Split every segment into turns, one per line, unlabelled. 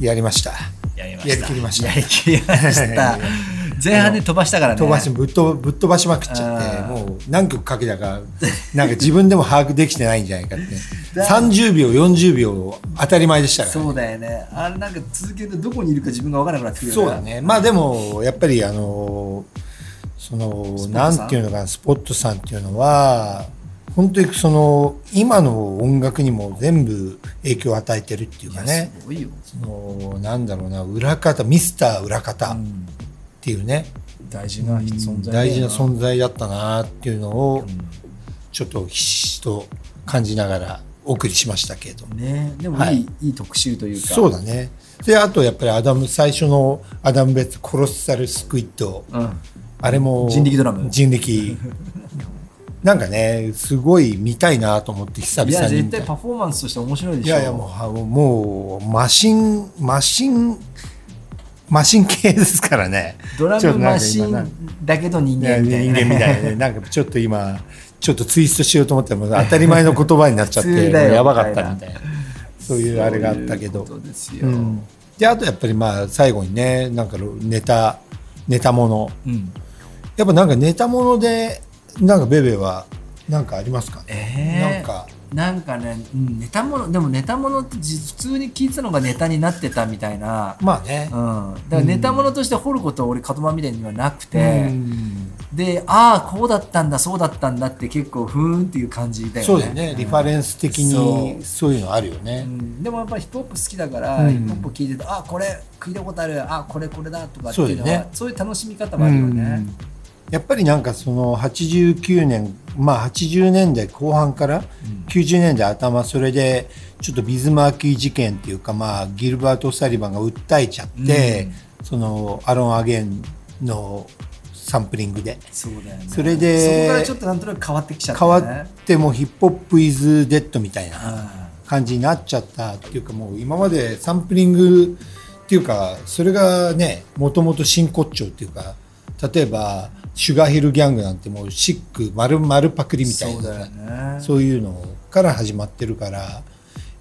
やりました。
やりました。
やりきりました
やりきりました 前半で飛ばしたからね。
飛ばしぶっとぶっ飛ばしまくっちゃって、もう何曲かけたか、なんか自分でも把握できてないんじゃないか って。30秒、40秒当たり前でしたから。
そうだよね。あれなんか続けてどこにいるか自分が分からなくなってくるよ
そうだ。ね。まあでも、やっぱりあの、その、
スポット
な
さん
んていうのかな、スポットさんっていうのは、本当にその、今の音楽にも全部影響を与えてるっていうか
いや
ね。
すごいよ。
その、なんだろうな、裏方、ミスター裏方っていうね。
大事な存在だよ
大事な存在だったなっていうのをちょっとひしひしと感じながらお送りしましたけれども
ねでもいい、
はいい、
い特集というか。
そうだねであとやっぱりアダム最初のアダム・ベッツ「コロッサル・スクイッド
うん。」
あれも
人力ドラム
人 力なんかねすごい見たいなと思って久
い
々
や
に
絶
見た
対パフォーマンスとして面白いでしょ
いやいやもうあもうマシンマシンマシン系ですからね
ドラ
ちょっ
ム
となん
マ
か
シ
今な
ンだけど人
い
間
や
みたい
人
な
間 みたいで、なんかちょっと今、ちょっとツイストしようと思ったら、もう当たり前の言葉になっちゃっ
普
て、
通だよ
やばかったみたいな、そういうあれがあったけど。
そういうことです
う
よ、
ん、で、あとやっぱりまあ、最後にね、なんかネタ、ネタもの。
うん
やっぱなんかネタもので、なんかベベは、なんかありますかね。
えー
なんか、
なんかね、うん、ネタものでもネタものってじ普通に聞いてたのがネタになってたみたいな、
まあね
うん、だ。からネタものとして掘ることは俺カトマンみたいにはなく
う
て、
ん
でああこうだったんだそうだったんだって結構ふーんっていう感じだよね
そうだよね、リファ
ン
レンス的にそういうのあるよね。
うん、でもやっぱりヒップホップ好きだから、
うん
ヒップホップ聞いててあこれ聞いたことあるあこれこれだとかって
そうだ
いう
よ
のはそう,、
ね
いう楽しみ方もあるよね、
やっぱりなんかその89年まあ80年代後半から90年代頭それでちょっとビズマーキー事件っていうかまあギルバート・サリバンが訴えちゃって、そのアロン・アゲンのサンプリングで
そうだよね
それで
そこからちょっとなんとなく変わってきちゃった
変わ
よ
っ
ね
てもうヒップホップ・イズ・デッドみたいな
あ
感じになっちゃったっていうかもう今までサンプリングっていうかそれがねもともと真骨頂っていうか例えばシュガーヒルギャングなんてもうシック丸丸パクリみたいな
そうだよね
そういうのから始まってるから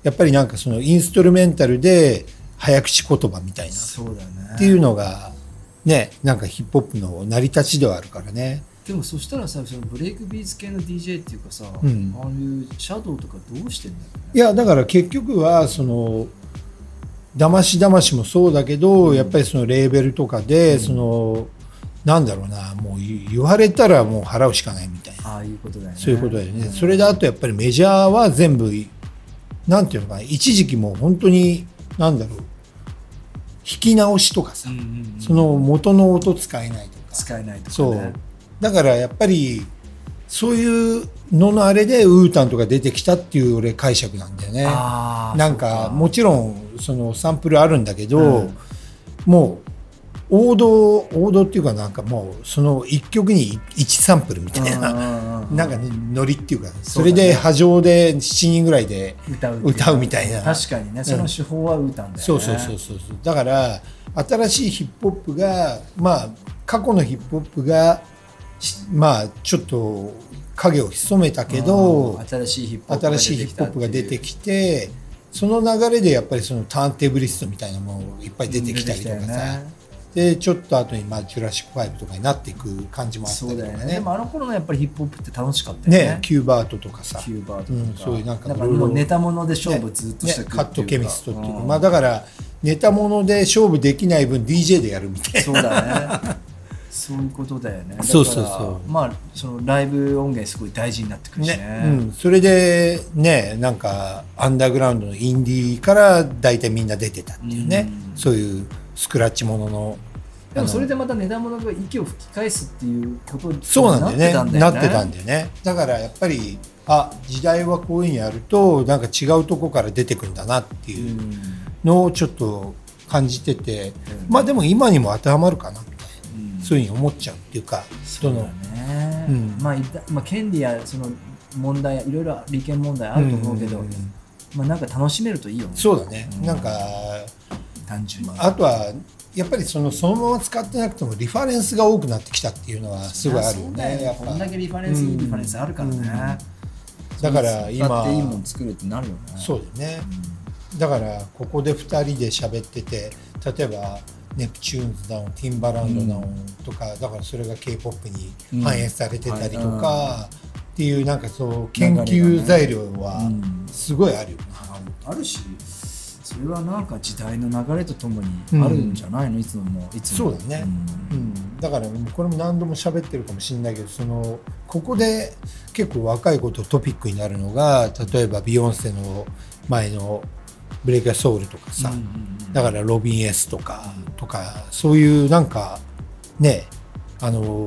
やっぱりなんかそのインストゥルメンタルで早口言葉みたいなっ
そうだよね
ていうのがねなんかヒップホップの成り立ちではあるからね
でもそしたらさそのブレイクビーズ系の DJ っていうかさ、
うん
ああいうシャドウとかどうしてんだろうね
いやだから結局はそのだましだましもそうだけど、やっぱりそのレーベルとかで、そのなんだろうなもう言言われたらもう払うしかないみたいな
ああいうことだよね
そういうことだよね、それだとやっぱりメジャーは全部なんていうのかな一時期もう本当になんだろう引き直しとかさ、
うんうんうん
その元の音使えないとか
使えないとかね
そうだからやっぱりそういうののあれでウータンとか出てきたっていう俺解釈なんだよね。
ああ
なんかもちろんそのサンプルあるんだけど、
うん
もう王道王道っていうかなんかもうその1曲に1サンプルみたいな、 なんかねノリっていうか
そ
そう
だね
れで波状で7人ぐらいで
歌うってい
歌うみたいな
確かにねその手法は歌うんだよね、
そうそうそうそうそうだから新しいヒップホップがまあ過去のヒップホップがしまあちょっと影を潜めたけど
うん新しいヒップホップ
新しいヒップホップが出て
き
きてその流れでやっぱりそのターンテーブリストみたいなものがいっぱい出てきたりとか
出てきた
さ
よね
でちょっと後にまあジュラシック・ファイブとかになっていく感じもあった
そ
り
う
と
だ
か
よね
ね
でもあの頃のやっぱりヒップホップって楽しかったよね
ねキューバートとかさ
キューバーとか、
うんそういうなんか
だからもうネタもので勝負ずっとして
ね
くっていう
カ
か
ットケミストっていうか
うん
まあだからネタもので勝負できない分 DJ でやるみたいな。
そうだねそういうことだよねだから
そうそうそう
まあそのライブ音源すごい大事になってくるしね
ねうん、それでねなんかアンダーグラウンドのインディーから大体みんな出てたっていうね、
うん
そういうスクラッチものの
でもそれでまたネタものが息を吹き返すっていうことに
そうなんだよねなって
な
た
っ
ん
てたんだ
だ
よね
よねだからやっぱりあ時代はこういうのやるとなんか違うとこから出てくんだなって
う
いうんのをちょっと感じてて、
うん
まあでも今にも当てはまるかな
うん
そういうふうに思っちゃうっていうかそ
そう
の
だね、
うん
まあいたまあ権利やその問題いろいろ利権問題あると思うけ
う
ど、
んうんうん
まあなんか楽しめるといいよね
そうだね、
うん
なんか
単純に
あとはやっぱりそのそのまま使ってなくてもリファレンスが多くなってきたっていうのはすごいあるよ
そうだ
ねやっ
こん
ぱ
だけリファレンス、いいリファレンスあるからね、
だから今
だっていいもん作るってなるよね
そうだよね、だからここで2人で喋ってて例えばネプチューンズだのティンバランドだのとか、だからそれが k p o p に反映されてたりとか、
うん
っていうなんかそう研究材料は
うん
すごいあるよね、
あるしそれはなんか時代の流れとともにあるんじゃないの、いつももいつも
そうだね
うん
うん、だからこれも何度も喋ってるかもしれないけどそのここで結構若い子とトピックになるのが例えばビヨンセの前の「ブレイク・ソウル」とかさ、だからロビン・エスとか、とかそういうなんかねあの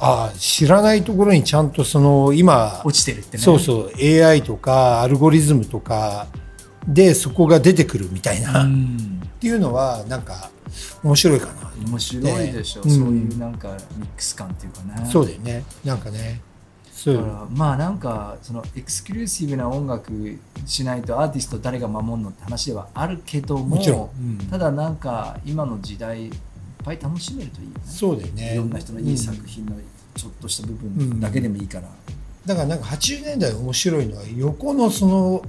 ああ知らないところにちゃんとその今
落ちてるってね
そうそう AI とかアルゴリズムとかでそこが出てくるみたいな、
う
っ
ん
ていうのはなんか面白いかな
面白いでしょ、
ね
そうい
うん
うなんかミックス感っていうかね
そうだよねなんかねそう
だからまあなんかそのエクスクルーシブな音楽しないとアーティスト誰が守るのって話ではあるけども
もちろん、
ただなんか今の時代いっぱい楽しめるといいよね
そうだよね
いろんな人のいい作品のちょっとした部分だけでもいいから、
だからなんか80年代面白いのは横のその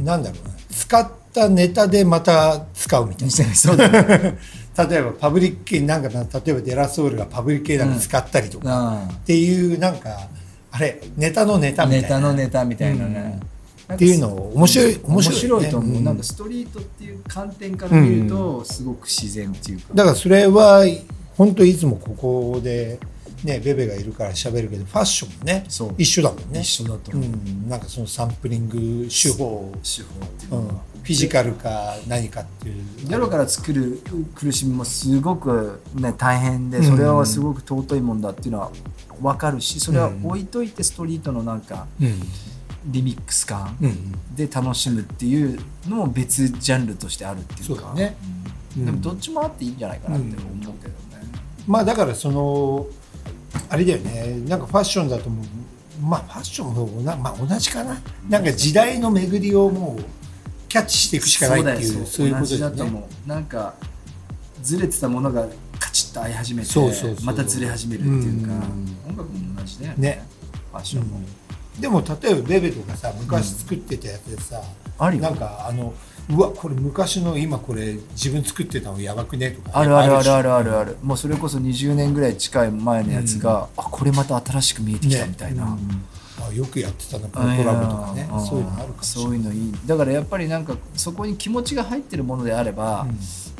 なんだろうな使ったネタでまた使うみたいな
そうだね
例えばパブリック系なんかな例えばデラソールがパブリック系なんか使ったりとか、っていうなんかあれネタのネタみたい
ネ
な
タのネタみたいなね、
っていうのを面白い面
面
白い,、
白いと思う、なん
う
か
ん
ストリートっていう観点から見るとすごく自然っていうか、
だからそれは本当いつもここでねベベがいるから喋るけどファッションもね
そう
一緒だもんね
一緒だと
う
思う、
ん、なんかそのサンプリング手法を
手法っていう
う
の
ん
は
フィジカルか何かっていう
ゼロから作る苦しみもすごく、ね、大変でそれはすごく尊いもんだっていうのは分かるしそれは置いといてストリートのなんか
うん
リミックス感
うん
で楽しむっていうのも別ジャンルとしてあるってい
そうう
か
だね、
う
うんん
でもどっちもあっていいんじゃないかなって思うけどね、
まあだからそのあれだよねなんかファッションだともうまあファッションもな、まあ、同じかななんか時代の巡りをもうキャッチしていくしかないっていうそういうこ
同
と
じ
だ
だ
よ
と
ね
思うなんかずれてたものがカチッと合い始めて
そうそうそう
またずれ始めるっていうか、
うん
音楽も同じだよね
ね
ファッションも、
でも例えばベベとかさ昔作ってたやつでさ、
あるよ
なんかあのうわこれ昔の今これ自分作ってたのやばくねとか
あるあるあるあ
る
るあるあるもうそれこそ20年ぐらい近い前のやつが、あこれまた新しく見えてきたみたいな、
ねあよくやってたなこのコラボとかね
ん
そういうのあるかもしれ
そ
な
う
い
いうのいいだからやっぱりなんかそこに気持ちが入ってるものであれば、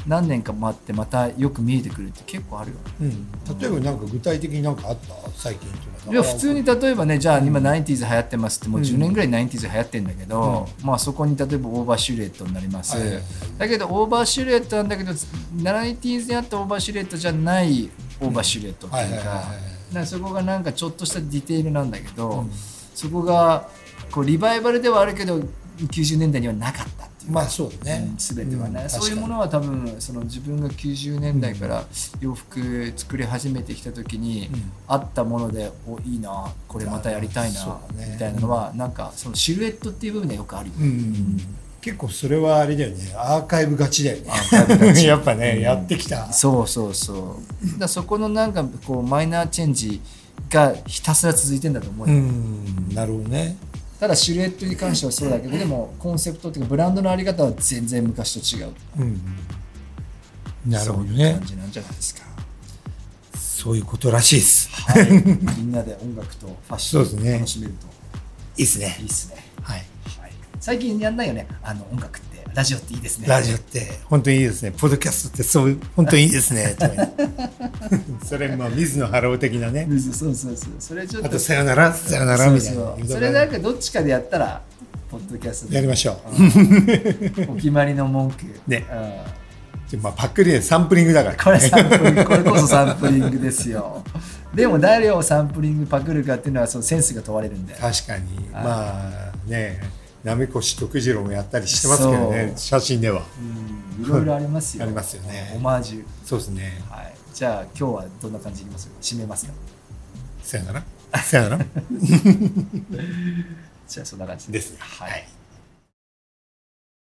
何年か待ってまたよく見えてくるって結構あるよね
うんうん例えばなんか具体的になんかあった最近っていうのはい
や普通に例えばねじゃあ今 90s 流行ってますってもう10年ぐらい 90s 流行ってんだけど、まあそこに例えばオーバーシルエットになります、
はいはいはい
だけどオーバーシルエットなんだけど 90s にあったオーバーシルエットじゃないオーバーシルエットっていう
はい
か、
はいはいはい
なんかそこがなんかちょっとしたディテールなんだけど、そこがこうリバイバルではあるけど90年代にはなかったっていう
まあそうだね、
全てはね、
ん
そういうものは多分その自分が90年代から洋服作り始めてきた時に、
ん
あったものでおいいなこれまたやりたい
そ
な、
うだね
みたいなのはなんかそのシルエットっていう部分でよくあるよ、
うん結構それはあれだよねアーカイブ勝ちだよね
アーカイブ勝 ち
やっぱね、やってきた
そうそうそうだからそこのなんかこうマイナーチェンジがひたすら続いてんだと思うよ、
んなるほどね
ただシルエットに関してはそうだけどでもコンセプトっていうかブランドのあり方は全然昔と違う
うんなるほど
そういう
ね
感じなんじゃないですか
そういうことらしいです
はい、みんなで音楽とファッショ
そうで
ン
すね
を楽しめる
いいっす
とい
ね
いですね。
はい
はい、最近やんないよね、あの音楽って、ラジオっていいですね。
ラジオって本当にいいですねポッドキャストってそういう本当にいいです ね とか言ってそれまあ水野ハロー的なね
うんそうそうそう、それちょっと。
あとさよならさよならみたいな
そうそうそれなんかどっちかでやったら、ポッドキャストで
やりましょう
お決まりの文句。
ね
うん
でまあ、パックリでサンプリングだから
これサンプ リングこれこそサンプリングですよ。でも誰をサンプリングパクるかっていうのはそのセンスが問われるんで。
確かに
はい
まあねなめこし徳次郎もやったりしてますけどね
そう
写真では
うんいろいろありますよ。
ありますよね
オマージュ。
そうですね
はい。じゃあ今日はどんな感じでいきます締めますか
さよならさよなら
じゃあそんな感じ
ですね
はい